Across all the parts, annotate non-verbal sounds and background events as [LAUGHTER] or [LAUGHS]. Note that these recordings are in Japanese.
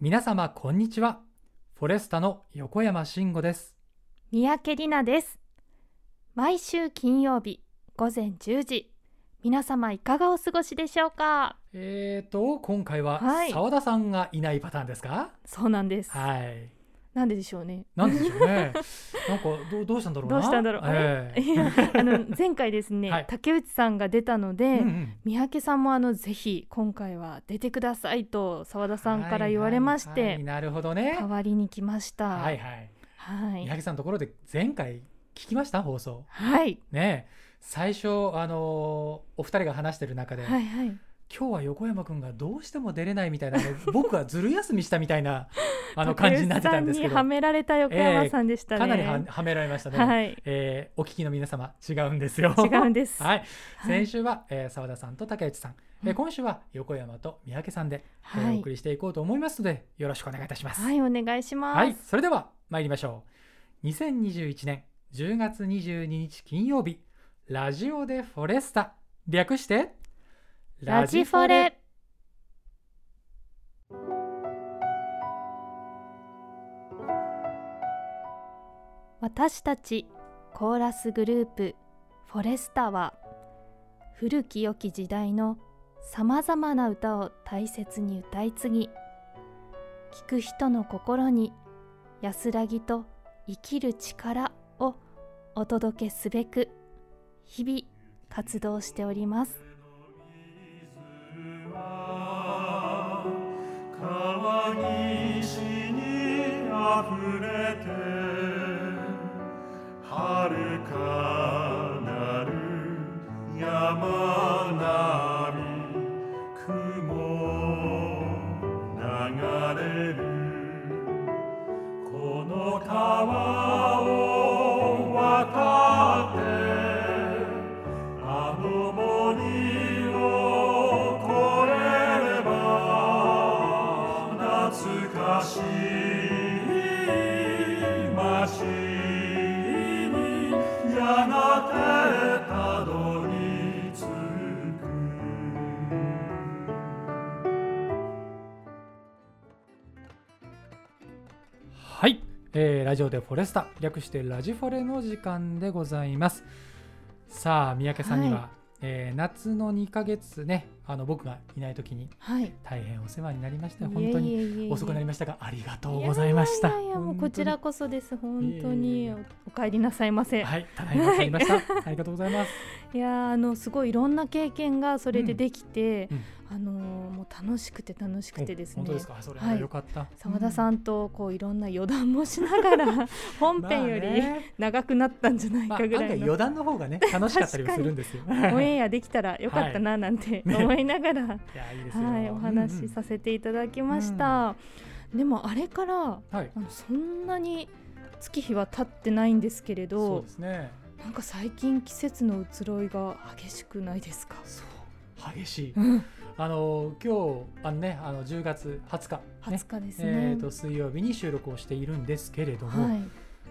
皆様こんにちはフォレスタの横山慎吾です三宅里奈です毎週金曜日午前10時皆様いかがお過ごしでしょうかえーと今回ははい澤田さんがいないパターンですかそうなんです、はいなんででしょうねなんでしょう [LAUGHS] ねなんかどうどうしたんだろうなどうしたんだろうあれええいやあの前回です [LAUGHS] ね、はい竹内さんが出たので、うんうん三宅さんもあのぜひ今回は出てくださいと澤田さんから言われまして、はいはいはいなるほどね代わりに来ましたははいいはいはい、三宅さんのところで前回聞きました放送はいねえ最初あのーお二人が話してる中で、はい今日は横山くんがどうしても出れないみたいなね僕はずる休みしたみたいなあ [LAUGHS] の感じになってたんですけど竹内さんにはめられた横山さんでしたね、かなりははめられましたね、はいえーお聞きの皆様違うんですよ違うんですはい、はい先週は、えー、澤田さんと竹内さん、えーうん今週は横山と三宅さんで、えーはおい送りしていこうと思いますのでよろしくお願いいたします、はいお願いします、はい、それでは参りましょう。2021年10月22日金曜日、ラジオでフォレスタ、略して、ラジフォレ。私たちコーラスグループフォレスタは古き良き時代のさまざまな歌を大切に歌い継ぎ聴く人の心に安らぎと生きる力をお届けすべく日々活動しております川岸にあふれて遥かなる山並み雲流れるこの川を渡ってあの森を越えれば懐かしい街にやがてたどり着くはい、えーラジオでフォレスタ、略してラジフォレの時間でございます。さあ、三宅さんには、はえー夏の2ヶ月ね、あの僕がいない時にはい。大変お世話になりまして、本当にに遅くなりましたが、ありがとうごいざやいました。いやいやもうこち本当にらこそです本当いえいえいにえお帰りなさいませ。はい、ただいま帰りました。ありがとうござい [LAUGHS] ます。いやーあのすごいいろんな経験がそれでできてうんうん、あのーもう楽しくて楽しくてですねお本。当ですか。それははいよかった。澤田うさんんとこういろんな余談もしながら [LAUGHS] 本編よりまあね長くなったんじゃないまあ、か案ぐら外い余の。談の方がね楽しかったりもするんですよ。オンいエアできたらよかったななんてね思いながら、や [LAUGHS] いいですよ。はい、お話しさせていただきました。でもあれからうんうんはい。あのそんなに月日は経ってないんですけれそうどですね。なんか最近季節の移ろいが激しくないですかそう激しい。うんあの今日あのねあの10月20日ね20日ですねえっと水曜日に収録をしているんですけれども、はい、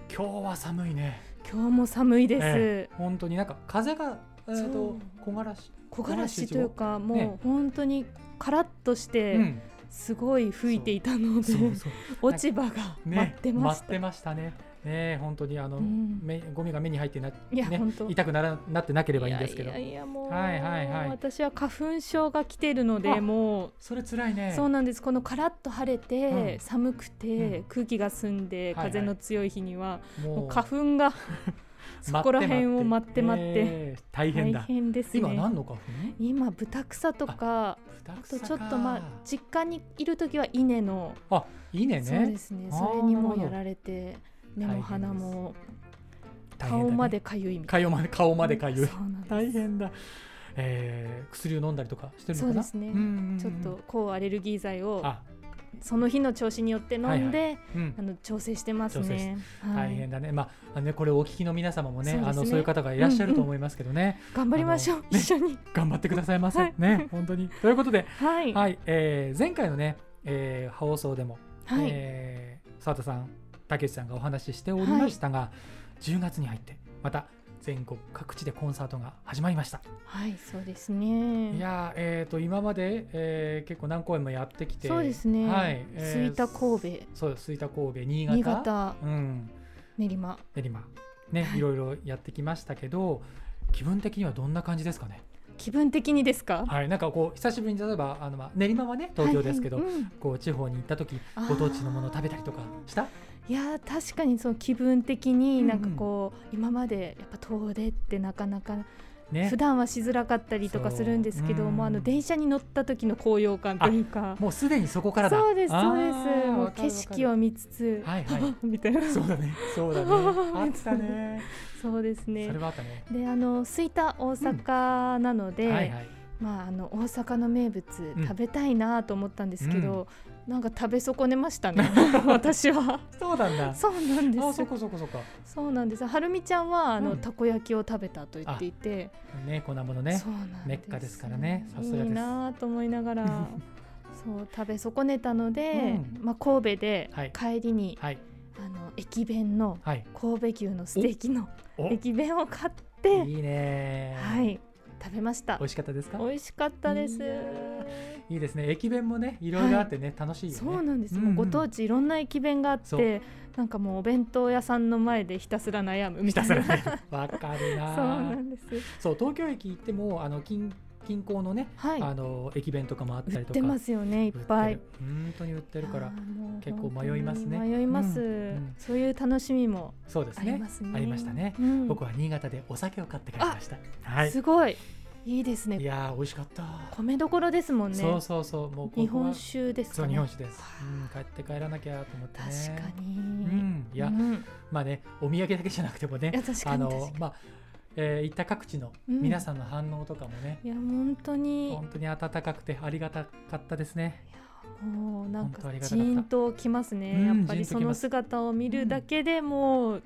今日は寒いね。今日も寒いです、え本当になんか風がえっ、そとう木枯らし。木枯らしという枯からし一号もう本当にカラッとしてうん。すごい吹いていたので、そうそう。 [LAUGHS] 落ち葉がね待ってまし、待ったてましたね。ね本当にあの、うん目ゴミが目に入ってな、いやね本当痛くならなってなければいいんですけどやいやいやもう、はいはいはい私は花粉症が来てるのあでもうそれ辛いねそうなんですこのカラッと晴れて、うん寒くて、うん空気が澄んはで、いはい風の強い日にはももうう花粉 [LAUGHS] がそこら辺を待って待って、えー大変だ大変ですね今何の花粉今ブタクサとか豚あ草とかちょっとまあ実家にいる時は稲の、あいいねそうねですねあーそれになるもほどやられて目も鼻も大変だね顔までかゆいみたい顔まで顔なまでかゆいそうなんです大変だえー、薬を飲んだりとかしてるのかなそうですねんうんうんちょっと抗アレルギー剤をあその日の調子によって飲んで、はいはうあんの調整してます調整しね、はい大変だね,、まあ、あのねこれをお聞きの皆様もねそうですあねのそういう方がいらっしゃると思いますけどね、頑張りましょうあのね一緒に頑張ってくださいませ、はいね本当 [LAUGHS] にということで、はいはいえー、前回のね、えー、放送でもはい、えー澤田さん、竹内さんがお話ししておりましたが、10月に入ってまた全国各地でコンサートが始まりました。はいそうですねいやー、えー、と今まで、えー結構何公演もやってきてそうですね、はいえー吹田神戸そうです吹田神戸新潟新潟うん、練馬練馬ねいろいろやってきましたけど気分的にはどんな感じですかね気分的にですか、はいなんかこう久しぶりに例えばあの、まあ、練馬はね東京ですけど、はいはいうんこう地方に行った時あーご当地のものを食べたりとかしたいやー確かにその気分的になんかうんうんこう、今までやっぱ遠出ってなかなかね普段はしづらかったりとかするんですけどそうもうあうのん電車に乗った時の高揚感というかもうすでにそこからだそうですあそうーですもわうかる景色をわ見つつ、かるはいはい [LAUGHS] みたいなそうだねそう [LAUGHS] だねあったねそうですそれねはあったねであの吹田大阪なので、はいはいまああの大阪の名物うん食べたいなと思ったんですけど、なんか食べ損ねました [LAUGHS] ね私はそうなんだそうなんであすそこそこそこそうなんですはるみちゃんはあうの、んたこ焼きを食べたと言っていてねこんなものねそうなんですメッカですからねさすがですいいなと思いな [LAUGHS] がらそう食べ損ねたので、うまあ、神戸ではい帰りに、はいあの駅弁のはい神戸牛のステーキのお駅弁を買っていいねはい食べました美味しかったですか美味しかったですいやいいですね駅弁もねいろいろあってね、楽しいよねそうなんです、うんうんもうご当地いろんな駅弁があっそうてなんかもうお弁当屋さんの前でひたすら悩むみひたたいすな [LAUGHS] らねわかるそなうなそうんです東京駅行ってもあの近近郊のね、はいあの駅弁とかもあった売っりとかてますよねいっぱ売いてる本当に売ってるかあらーもう結構迷いますね本当に迷います、うんうんそういう楽しみもそうですありねますねありましたね、うん僕は新潟でお酒を買って帰りましたはいすごいいいですいねやー美味しかった、米どころですもんねそうそうそうもうここは日本酒ですそか、うね、日本酒です、うん、帰って帰らなきゃと思ってね確かに、うんいや、うんいまあねお土産だけじゃなくてもねや確かあに確かのにまあ、えー行った各地のうん皆さんの反応とかもね、いや本当に本当に温かくてありがたかったですね。もうなん本当かありがたかジったーンときますね、うんやっぱりジーンとそきのます姿を見るだけでもう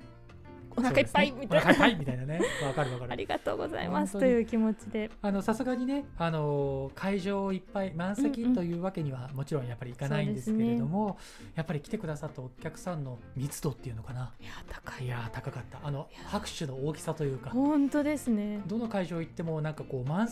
お腹いっぱいそうみですねおたいな、腹いっぱいみたいなね、わかるわかある。りがとうございます本と当にいう気持ちであのさすがにね、あのー会場をいっぱい満席うんうんというわけにはもちろんやっぱりいかないんですけれども、やっぱり来てくださったお客さんの密度っていうのかな、いや高いいやー高かった。あの拍手の大きさというか、本当ですねどの会場行ってもなんかこう満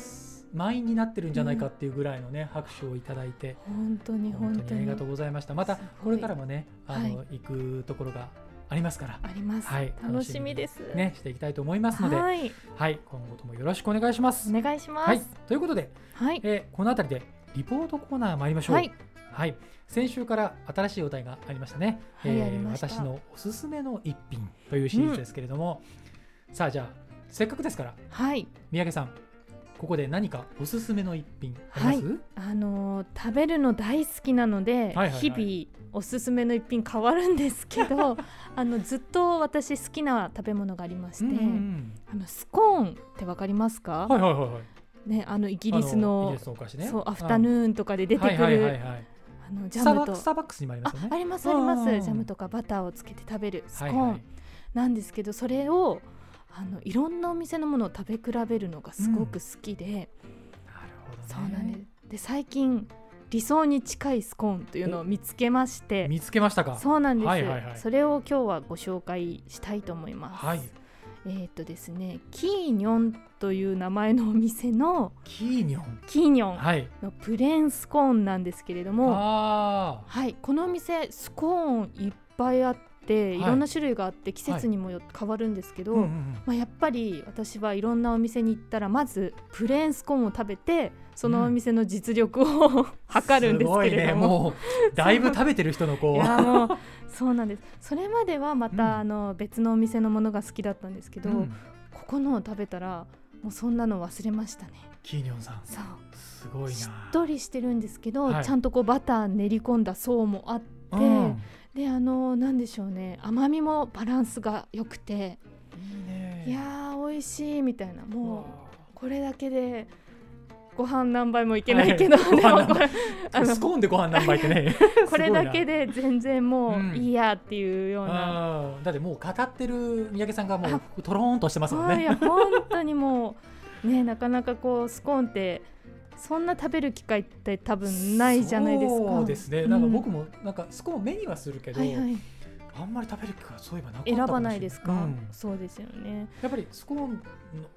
満員になってるんじゃないかっていうぐらいのね、拍手をいただいて。本当に本本当当ににありがとうございました。またすこごいれからもね、あの、は行くところがありますから、あります、はい楽しみですねしていきたいと思いますので、はい、はい今後ともよろしくお願いします。お願いしまはいす、ということで、はいえーこのあたりでリポートコーナー参りましょう。ははいい、先週から新しいお題がありましたね。はいありました私のおすすめの一品というシリーズですけれども、さあじゃあせっかくですからはい三宅さん。ここで何かおすすめの一品あります、あのー食べるの大好きなので、はいはいはい日々おすすめの一品変わるんですけ [LAUGHS] どあのずっと私好きな食べ物がありまして、うんうんあのスコーンってわかりますか、うんはいはいはいはい。ねあのイギリスのイギリスのお菓子ね。そうアフタヌンーンとかで出てくはいはいはいるはい。あのジスタャムバとスターバックスにもありまあすよね。ありますありまうんうんうんすジャムとかバターをつけて食べるスコはいーはンいなんですけどそれをあのいろんなお店のものを食べ比べるのがすごく好きで、なるほどね。そうなんですで最近理想に近いスコーンというのを見つけまして見つけましたか。そうなんです、はいはいはいそれを今日はご紹介したいと思います、はい。えーっとですねキーニョンという名前のお店のキーニョン。キーニョンはい。のプレーンスコーンなんですけれども、ああ。はい、このお店スコーンいっぱいあっはていいろんな種類があって季節にもよ変わるんですけど、うんうんうんまあ、やっぱり私はいろんなお店に行ったらまずプレーンスコーンを食べてそのお店の実力を測るんですすけれどごいね。も。もうだいぶ食べてる人のいこやう。もうそうなんですそれまではまた、うんあの別のお店のものが好きだったんですけど、うんここのを食べたらもうそんなの忘れましたねキーニョンさん。そうすごいな。しっとりしてるんですけど、はいちゃんとこうバター練り込んだ層もあってうん。であのなんでしょうね甘みもバランスが良くて、いいね。いやー美味しいみたいなうもわうこれだけでご飯何杯もいけないけど、はいでもごこ飯れあー。のスコーンでご飯何杯ってね。 [LAUGHS] これだけで。で全然もうんういいやっていうような、あーだってもう語ってる三宅さんがもうとろーんとしてますもんはいいね。や本当にもうねなかなかこうスコーンってそんな食べる機会って多分ないじゃないですか。そうですね。なんか僕もなんかスコーン目にはするけどは。いはい、あんまり食べる機会はそういえばなかった選もしればないですか、うんそうですよねやっぱりスコーンの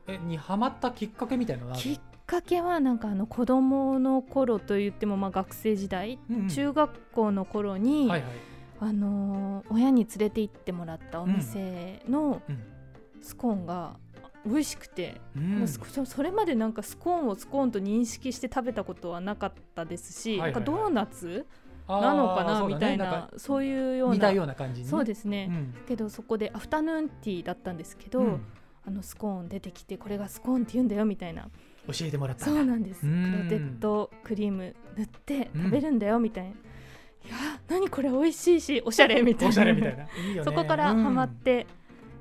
えにハマったきっかけみたいなのはあるきっかけはなんかあの子供の頃と言ってもまあ学生時代、うんうん中学校の頃に、はいはいあのー親に連れて行ってもらったお店のうんスコーンが美味しくて、うんまあスコそそれまでなんかスコーンをスコーンと認識して食べたことはなかったですし、はいはいはいなんかドーナツあーなのかそうだなねみたいな,、んかそういうよう似たなような感じにねそうですね、うんけどそこでアフタヌーンティーだったんですけど、うんあのスコーン出てきてこれがスコーンって言うんだよみたいな教えてもらったそうなんですうクんロテッドクリーム塗ってうん食べるんだよみたいな、いやー何これ美味しいしおしゃれみたいなおしゃれみたい [LAUGHS] ないいよねそこからハマっうんて、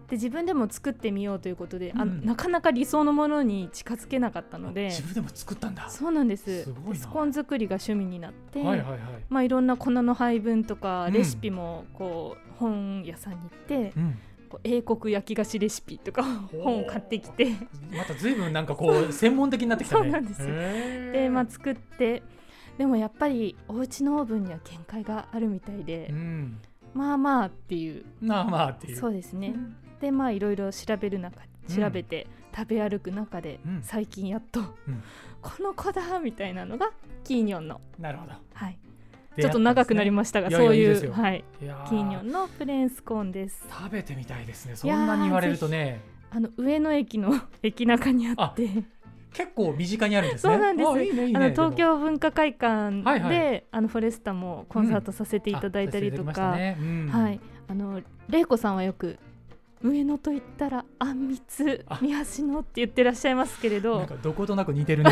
で自分でも作ってみようということで、あうんなかなか理想のものに近づけなかったので自分でも作ったんだそうなんですすごいなでスコーン作りが趣味になって、はいはいはいまあ、いろんな粉の配分とかうんレシピもこう、本屋さんに行ってうんこう英国焼き菓子レシピとかお本を買ってきてまた随分なんかこう専門的になってきたねそうなんですよよで、まあ、作ってでもやっぱりお家のオーブンには限界があるみたいで、うんまあまあっていうまあまあっていうそううですね、でまあいろいろ調べる中うん調べて、食べ歩く中で、うん最近やっと、んこの子だみたいなのがキーニョンの、なるほどはい、ちょっと長くなりましたがいやいやそういいいうですよはい、いやーキーニョンのプレーンスコーンです食べてみたいですねそんいやーなに言われるとねあの上野駅の駅中にあって結構身近にあるんですねそうなんですあいいねいいねあのでも東京文化会館で、はいはいあのフォレスタもコンサートさせていただいたりとあさせていただか、きましたねうんはい、あの玲子さんはよく上野と言ったらあんみつあ三橋のって言ってらっしゃいますけれなんどかどことなく似 [LAUGHS] てるね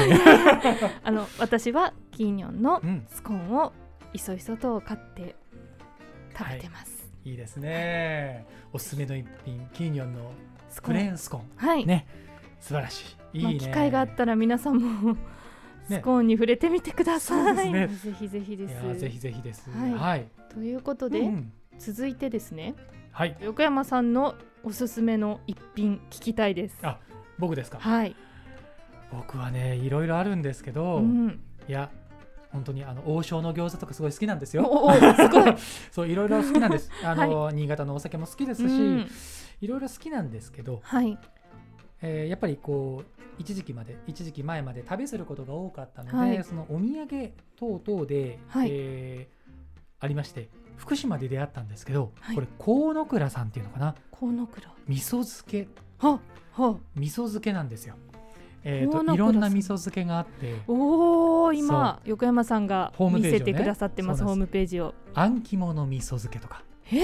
あの私はキーニョンのうんスコーンをいそいそと買って食べてます、いいですねおすすめの一品キーニョンのスコクレーンーンスコーンはい、ね素晴らしいいいまあ、ね機会があったら皆さんもスコーンに触れてみてください、そうですぜひぜひでいやすーぜひぜひですはいはいということで、うん続いてですねはい横山さんのおすすめの一品聞きたいですあ僕ですかはい、僕はねいろいろあるんですけうどん、いや本当にあの王将の餃子とかすごい好きなんですおよお [LAUGHS] おすごい、そういろいろ好きなんです [LAUGHS] あの、新潟のお酒も好きですし、うんいろいろ好きなんですけど、はいえーやっぱりこう一時期まで一時期前まで旅することが多かったので、はいそのお土産等々で、はいえーありまして福島で出会ったんですけど、はいこれ河野倉さんっていうのかなコウノクラ味噌漬けはは味噌漬けなんですよ。えー河と野倉さんいろんな味噌漬けがあっておお今横山さんがホーム見ページをねせてくださってますそうホなーんムページをあん肝の味噌漬けとか。え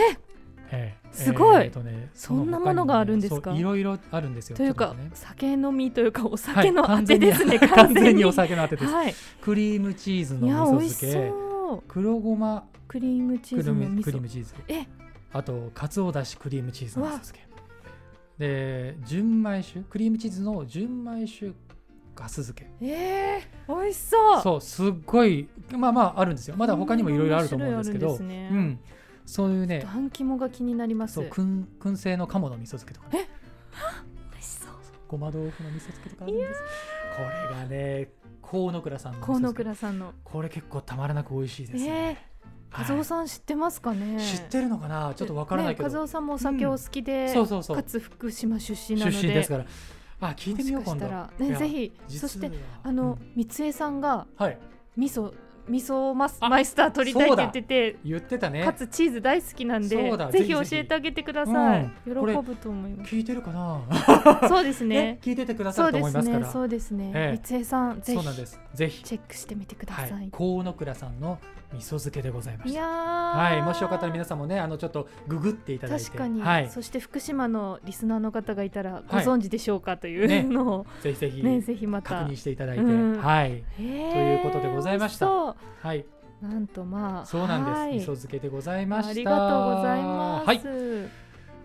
えーすごいーとねそんなの他にものがあるんですかそういろいろあるんですよ。というちょかっ待ってね酒飲みというかおは酒いのあてですね、 [LAUGHS] 完全にお酒のあてです、はいクリームチーズいやの味美味噌し漬けそう黒ごまクリームチクーリズーのム味クリーム噌チーズえあとかつおだしクリームチーズの味噌漬けで純米酒クリームチーズの純米酒ガス漬けえー、美味しそうそうすっごいまあまああるんですよまだ他にもいろいろあると思うんですけどそんな種類あうるんん、そういうねあん肝が気になりますそう美燻燻製の鴨の味噌漬けとかね味しそうごま豆腐の味噌漬けとかあるんですこれがね河野倉さんの味噌河野漬け倉さんのこれ結構たまらなく美味しいですね、えは和い夫さん知ってますかね、知ってるのかなちょっとわからないけど、ね、和夫さんもお酒お好きで、そうそうそうかつ福島出身な出ので身ですからあ聞いてみようも今しか度したらいねやぜひ実そはしてあの、うん三江さんがはい味噌味噌マスあマイスター取りたいって言ってて、言ってたねかつチーズ大好きなんでそうだぜひぜ教ひぜひえてあげてください、うんこれ喜ぶと思います聞いてるかな [LAUGHS] そうですねね [LAUGHS] 聞いててくださそるうとで思いすますかねらそうですね、ええ三江さんぜそうひなんですぜひチェックしてみてくださ、はいいい、河野倉さんの味噌漬けでございましたやーはいもしよかったら皆さんもねあのちょっとググっていただいて確かに、はいそして福島のリスナーの方がいたらごはい存知でしょうかといねうのを、ぜひぜひねぜひまた確認していただいてうんはいとといいうことでございましたはいなんとまあそうなんですは味い噌漬けでございましたありがとうございます。はい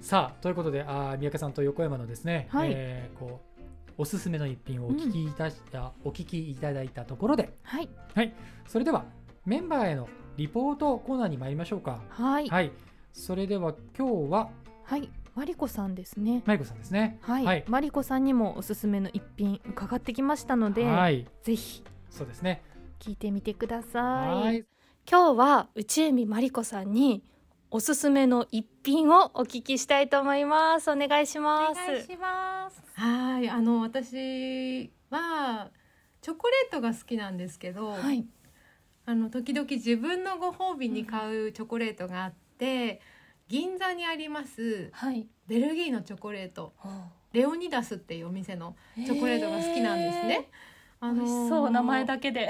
さあということであー三宅さんと横山のですね、はいえーこうおすすめの一品をお聞きいたした、お聞きいただいたところではい。それではメンバーへのリポートコーナーに参りましょうかはい。はい。はいそれでは今日はマリコさんですね。マイコさんですねはい、はいマリコさんにもおすすめの一品伺ってきましたので、はいぜひそうですね聞いてみてくはださい。い今日は内海マリコさんにおすすめの一品をお聞きしたいと思いますお願いしおます願いします。はい、あの私はチョコレートが好きなんですけど、はいあの時々自分のご褒美に買うチョコレートがあって、銀座にありますはいベルギーのチョコレートレオニダスっていうお店のチチョコレートが好きなんですね。あ美味しそう名前だけで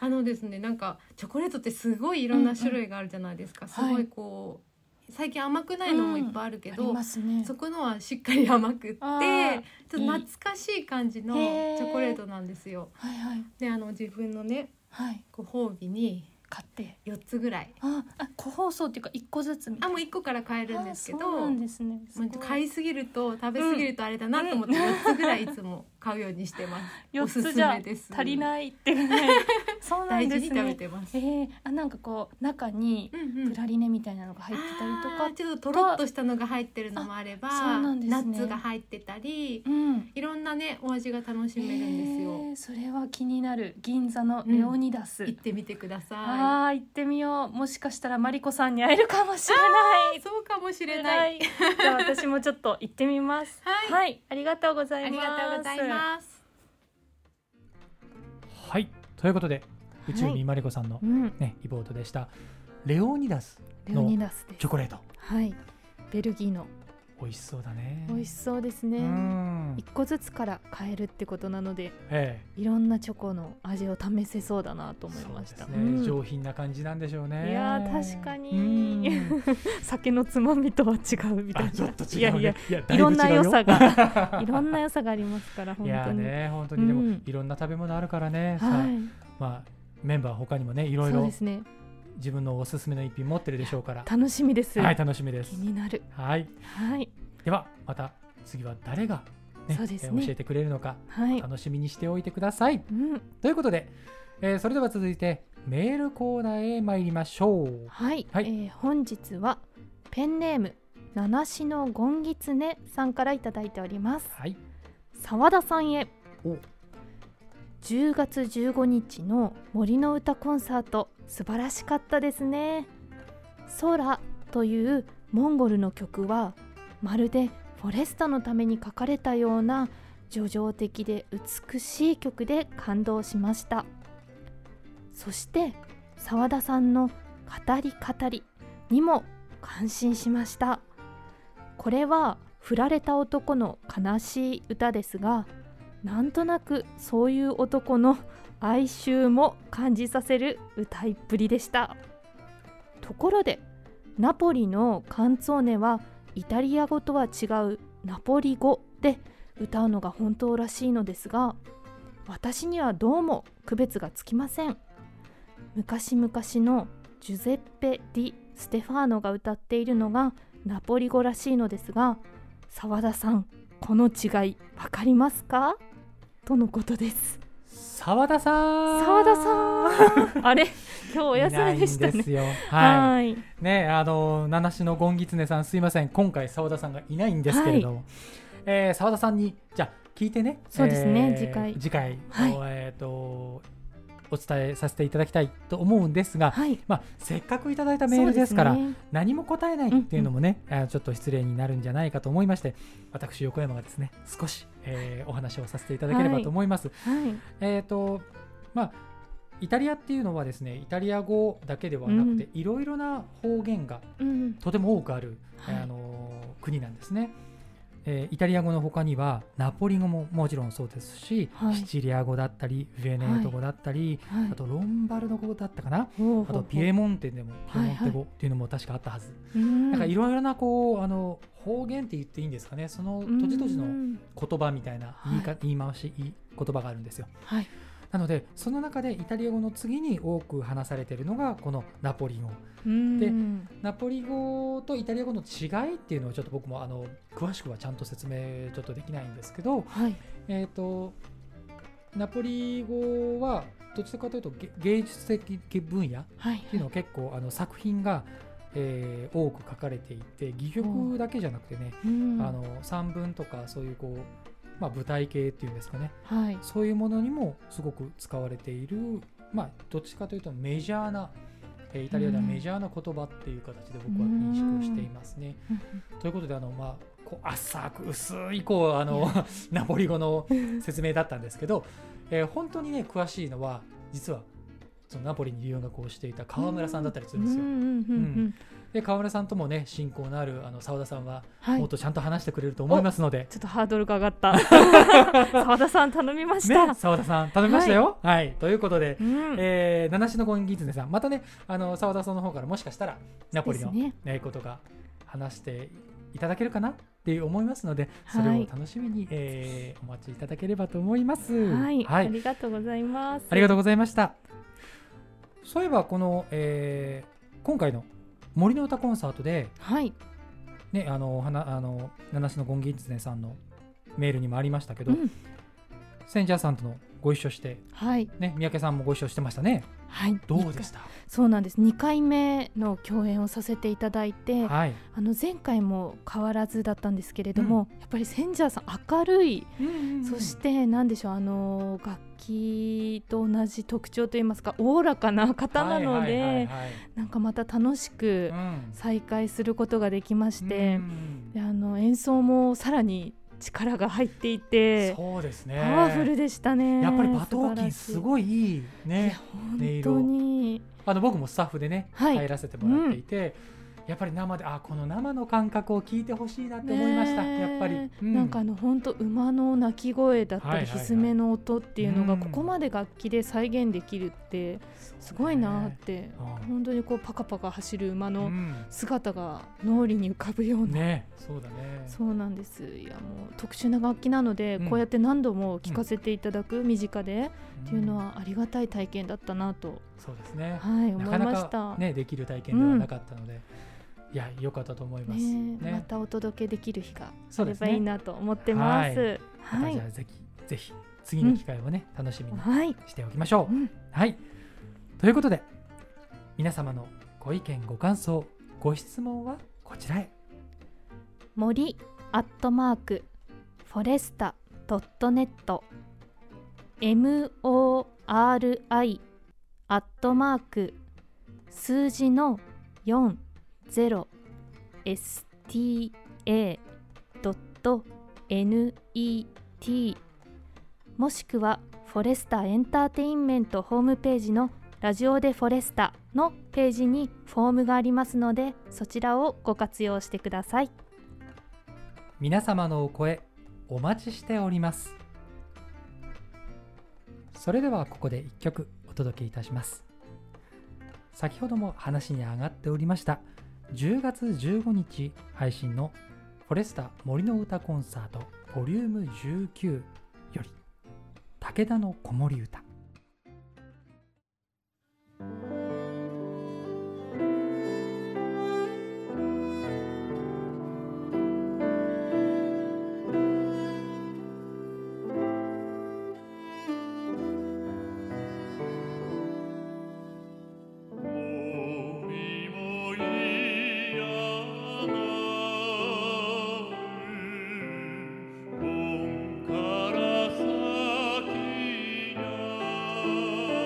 あのですねなんかチョコレートってすごいいろんな種類があるじゃないですか、うんうんすごいこう最近甘くないのもいっぱいあるけど、すねそこのはしっかり甘くってちあょーっと懐かしい感じのチへーョコレートなんですよ。はいはいであの自分のねはいご褒美に買って4つぐらいああ個包装っていうか一個ずつみたあいなもう1個から買えるんですけどあそうなんですねまあ買いすぎると食べすぎるとあれだなと思って4つぐらいいつも買うようにしてます。 4おすすめつじゃです足りないってね [LAUGHS] そうなん大で事にす食べねてます。えー、あなんかこう中にうんうんプラリネみたいなのが入ってたりとかあーちょっととろっとしたのが入ってるのもあればあそうなんですねナッツが入ってたりうんいろんなねお味が楽しめるんですえよ、ーそれは気になる銀座のレオニダス、行ってみてくださあー行ってみようもしかしたらマリコさんに会えるかもしれ [LAUGHS] ないいそうかもしれないじゃあ私もちょっと行ってみますはいありがとうござあいりまがすとうございますはいということで宇宙はにいマリコさんの、うん、ねリポートでしたレオニダスレオニダスでチすョ。コレートはい、ベルギーの美味しそうだね美味しそうですうね。ん一個ずつから買えるってことなので、えいろんなチョコの味を試せそうだなとえ思いました。そうですね、うん上品な感じなんでしょうねいやー確かにうん酒のつまみとは違うみたいあな。ちょっとい違やうねいや、いやだぶ違いろうんな良 [LAUGHS] さが、いろんなな良さがありますから、本いや当ーに。ね本当にでも、うんいろんな食べ物あるからね、さはあい。まあメンバー他にもねいろいそうろですね。自分のおすすめの一品持ってるでしょうから楽しみです。はい楽しみです気になる。はいはい。ではまた次は誰が、ねそうですねえー教えてくれるのかはい。楽しみにしておいてください、うん。ということで、えーそれでは続いてメールコーナーへ参りましょうはい、はいえー本日はペンネーム七しのゴンギツネさんからいただいておりますはい沢田さんへお10月15日の森の歌コンサート素晴らしかったですね空というモンゴルの曲はまるでフォレスタのために書かれたような叙情的で美しい曲で感動しましたそして澤田さんの「語り語り」にも感心しましたこれは振られた男の悲しい歌ですがなんとなくそういう男の哀愁も感じさせる歌いっぷりでしたところでナポリのカンツォーネはイタリア語とは違うナポリ語で歌うのが本当らしいのですが私にはどうも区別がつきません昔々のジュゼッペ・ディ・ステファーノが歌っているのがナポリ語らしいのですが澤田さんこの違いわかりますかとのことです澤田さん澤田さんあれ今日お休みでしいたないんですねよははいいねあの七種のゴンギツネさんすいません今回澤田さんがいないんですけれども、えー澤田さんにじゃあ聞いてねそうですねえー次回次回はいをえっ、とお伝えさせていただきたいと思うんですが、はいまあ、せっかくいただいたメールですからそうね何も答えないっていうのもね、あちょっと失礼になるんじゃないかと思いまして私横山がですね少し、えーお話をさせていただければと思います。はいえっ、とまあイタリアっていうのはですねイタリア語だけではなくて、いろいろな方言がうんとても多くある、はいあの国なんですね。えーイタリア語の他にはナポリ語ももちろんそうですし、はいシチリア語だったりベネート語だったり、はいあとロンバルド語だったかな、ほうあほうほとうピエモンテでもピエモンはテいは語っていうのも確かあったはず、うんなんかいろいろなこうあの方言って言っていいんですかねその土地土地うのん言葉みたいな言いか、は言い回し言い言葉があるんですよはいなのでその中でイタリア語の次に多く話されているのがこのナポリ語でナポリ語とイタリア語の違いっていうのをちょっと僕もあの詳しくはちゃんと説明ちょっとできないんですけど、はいえー、とナポリ語はどちらかというとげ芸術的分野はいっていうのは結構あの作品が、えー多く書かれていて戯曲だけじゃなくてね、うんあの散文とかそういうこう、まあ、舞台系っていうんですかねはいそういうものにもすごく使われているまあどっちかというとメジャーな、えーイタリアではメジャーな言葉っていう形で僕は認識をしていますね。ということであの、まあ、こう浅く薄いこうあの [LAUGHS] ナポリ語の説明だったんですけど、えー本当にね詳しいのは実はそのナポリに留学をしていた川村さんだったりするんですよ。んで川村さんともね親交のあるあの澤田さんははいもっとちゃんと話してくれると思いますので、ちょっとハードルが上が [LAUGHS] った。澤田さん頼みました。ね澤田さん頼みましたよ。はい、ということで、うん [LAUGHS] えー、七種のゴンギツネさんまたねあの澤田さんの方からもしかしたらナポリのですねねことが話していただけるかなって思いますのでそれをはい楽しみに、えーお待ちいただければと思います。はい、ありがとうございます。ありがとうございました。そういえばこの、えー今回の森の歌コンサートで、はい、ね、あのお花あの七種のゴンギツネさんのメールにもありましたけど、うんセンジャーさんとのご一緒して、はい、ね、三宅さんもご一緒してましたね。はい、。どうでしたた、そうなんです。二回目の共演をさせていただいて、あはいの前回も変わらずだったんですけれども、やっぱりセンジャーさん明るい。そしてなんでしょうあの楽器と同じ特徴といいますかおおらかな方なのはいはいはいではいなんかまた楽しくうん再会することができましてう、んであの演奏もさらに力が入っていて、そうですねパワフルでしたねやっぱりバトーキンすいごいいいいねや本当にあの僕もスタッフでね、はい入らせてもらっていて、やっぱり生であこの生の感覚を聞いてほしいなって思いました、ねえやっぱり、うなんかあの本当馬の鳴き声だったはいりはいはいひずめの音っていうのうがんここまで楽器で再現できるってすごいなってうん本当にこうパカパカ走る馬うのん姿が脳裏に浮かぶようなねそうだねそうなんですいやもう特殊な楽器なのでうんこうやって何度も聴かせていただく身近でんっていうのはありがたい体験だったなとそうですね、はい思ないかましなたか。ねできる体験ではなかったので、いや良かったと思います、ねえねまたお届けできる日がそあうでれすばねいいなと思ってます。まはたじいゃあ、ぜひぜひ次の機会をね、楽しみにはい、しておきましょう、うんはいということで皆様のご意見ご感想ご質問はこちらへ森アットマークフォレスタドットネット MORI アットマーク数字の 40sta.net もしくはフォレスタエンターテインメントホームページのラジオでフォレスタのページにフォームがありますのでそちらをご活用してください。皆様のお声お待ちしておりますそれではここで1曲お届けいたします先ほども話に上がっておりました10月15日配信の「フォレスタ森の歌コンサート Vol.19」より「武田の子守歌」 「森もいやまう」「門から先が」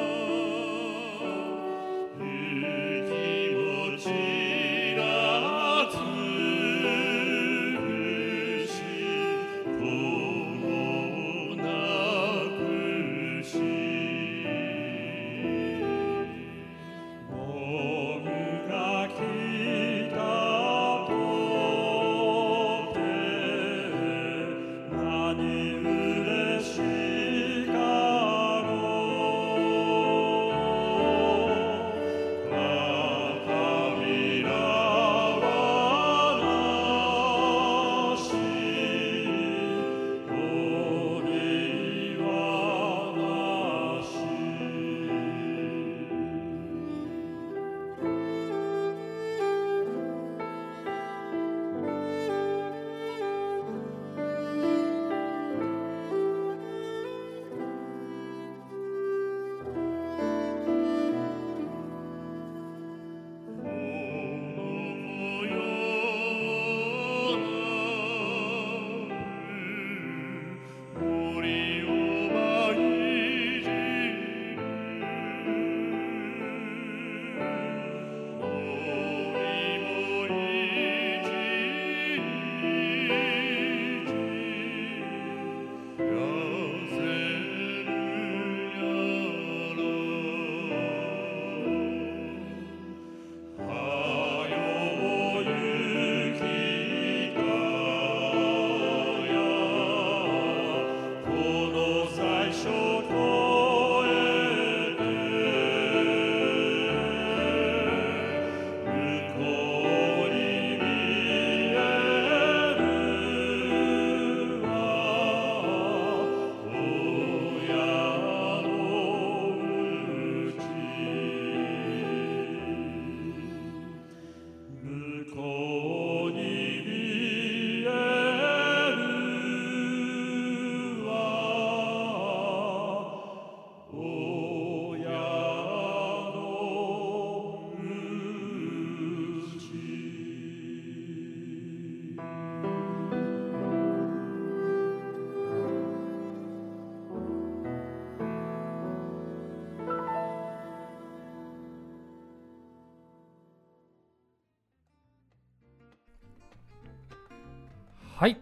はい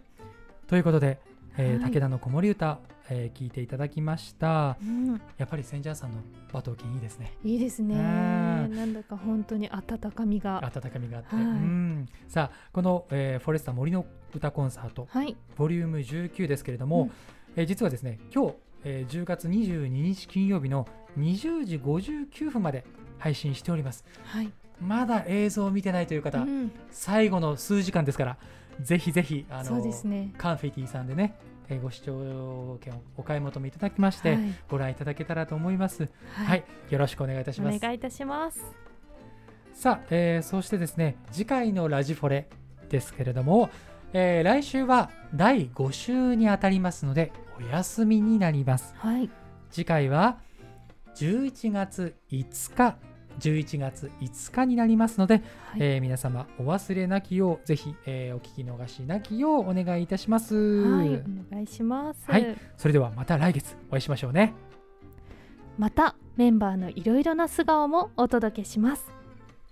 ということで、えーはい武田の子守歌、えー聞いていただきましたうん、やっぱりセンジャーさんの馬頭琴いいですねいいですね。ねえなんだか本当に温かみが。温かみがあって、はいうんさあこの、えーフォレスタ森の歌コンサートはい。ボリューム19ですけれども、えー実はですね今日、えー10月22日金曜日の20時59分まで配信しておりますはい。まだ映像を見てないという方、うん、最後の数時間ですからぜひぜひあそうの、ですね。カンフェティさんでね、えーご視聴券をお買い求めいただきましはて、い。ご覧いただけたらと思いますはい、はい。よろしくお願いいたしますお願いいたします。さあ、えーそしてですね次回のラジフォレですけれども、えー来週は第5週にあたりますのでお休みになりますはい。次回は11月5日11月5日になりますので、はいえー皆様お忘れなきようぜひ、えーお聞き逃しなきようお願いいたします、はい。お願いします。はいそれではまた来月お会いしましょうねまたメンバーのいろいろな素顔もお届けします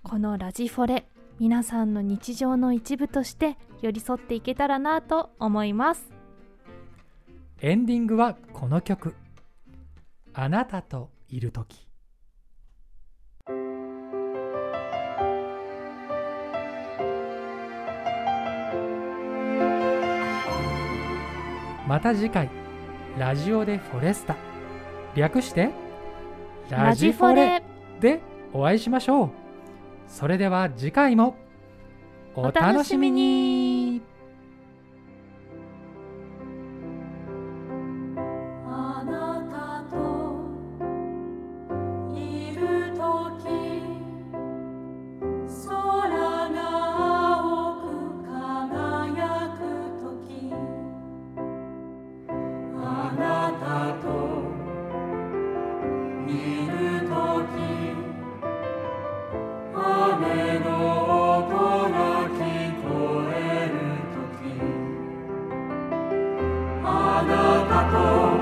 このラジフォレ皆さんの日常の一部として寄り添っていけたらなと思いますエンディングはこの曲「あなたといる時また次回「ラジオ・でフォレスタ」略して「ラジフォレ」でお会いしましょうそれでは次回もお楽しみにあなたといるとき空が青く輝くときあなたといるとき雨の音が聞こえるときあなたと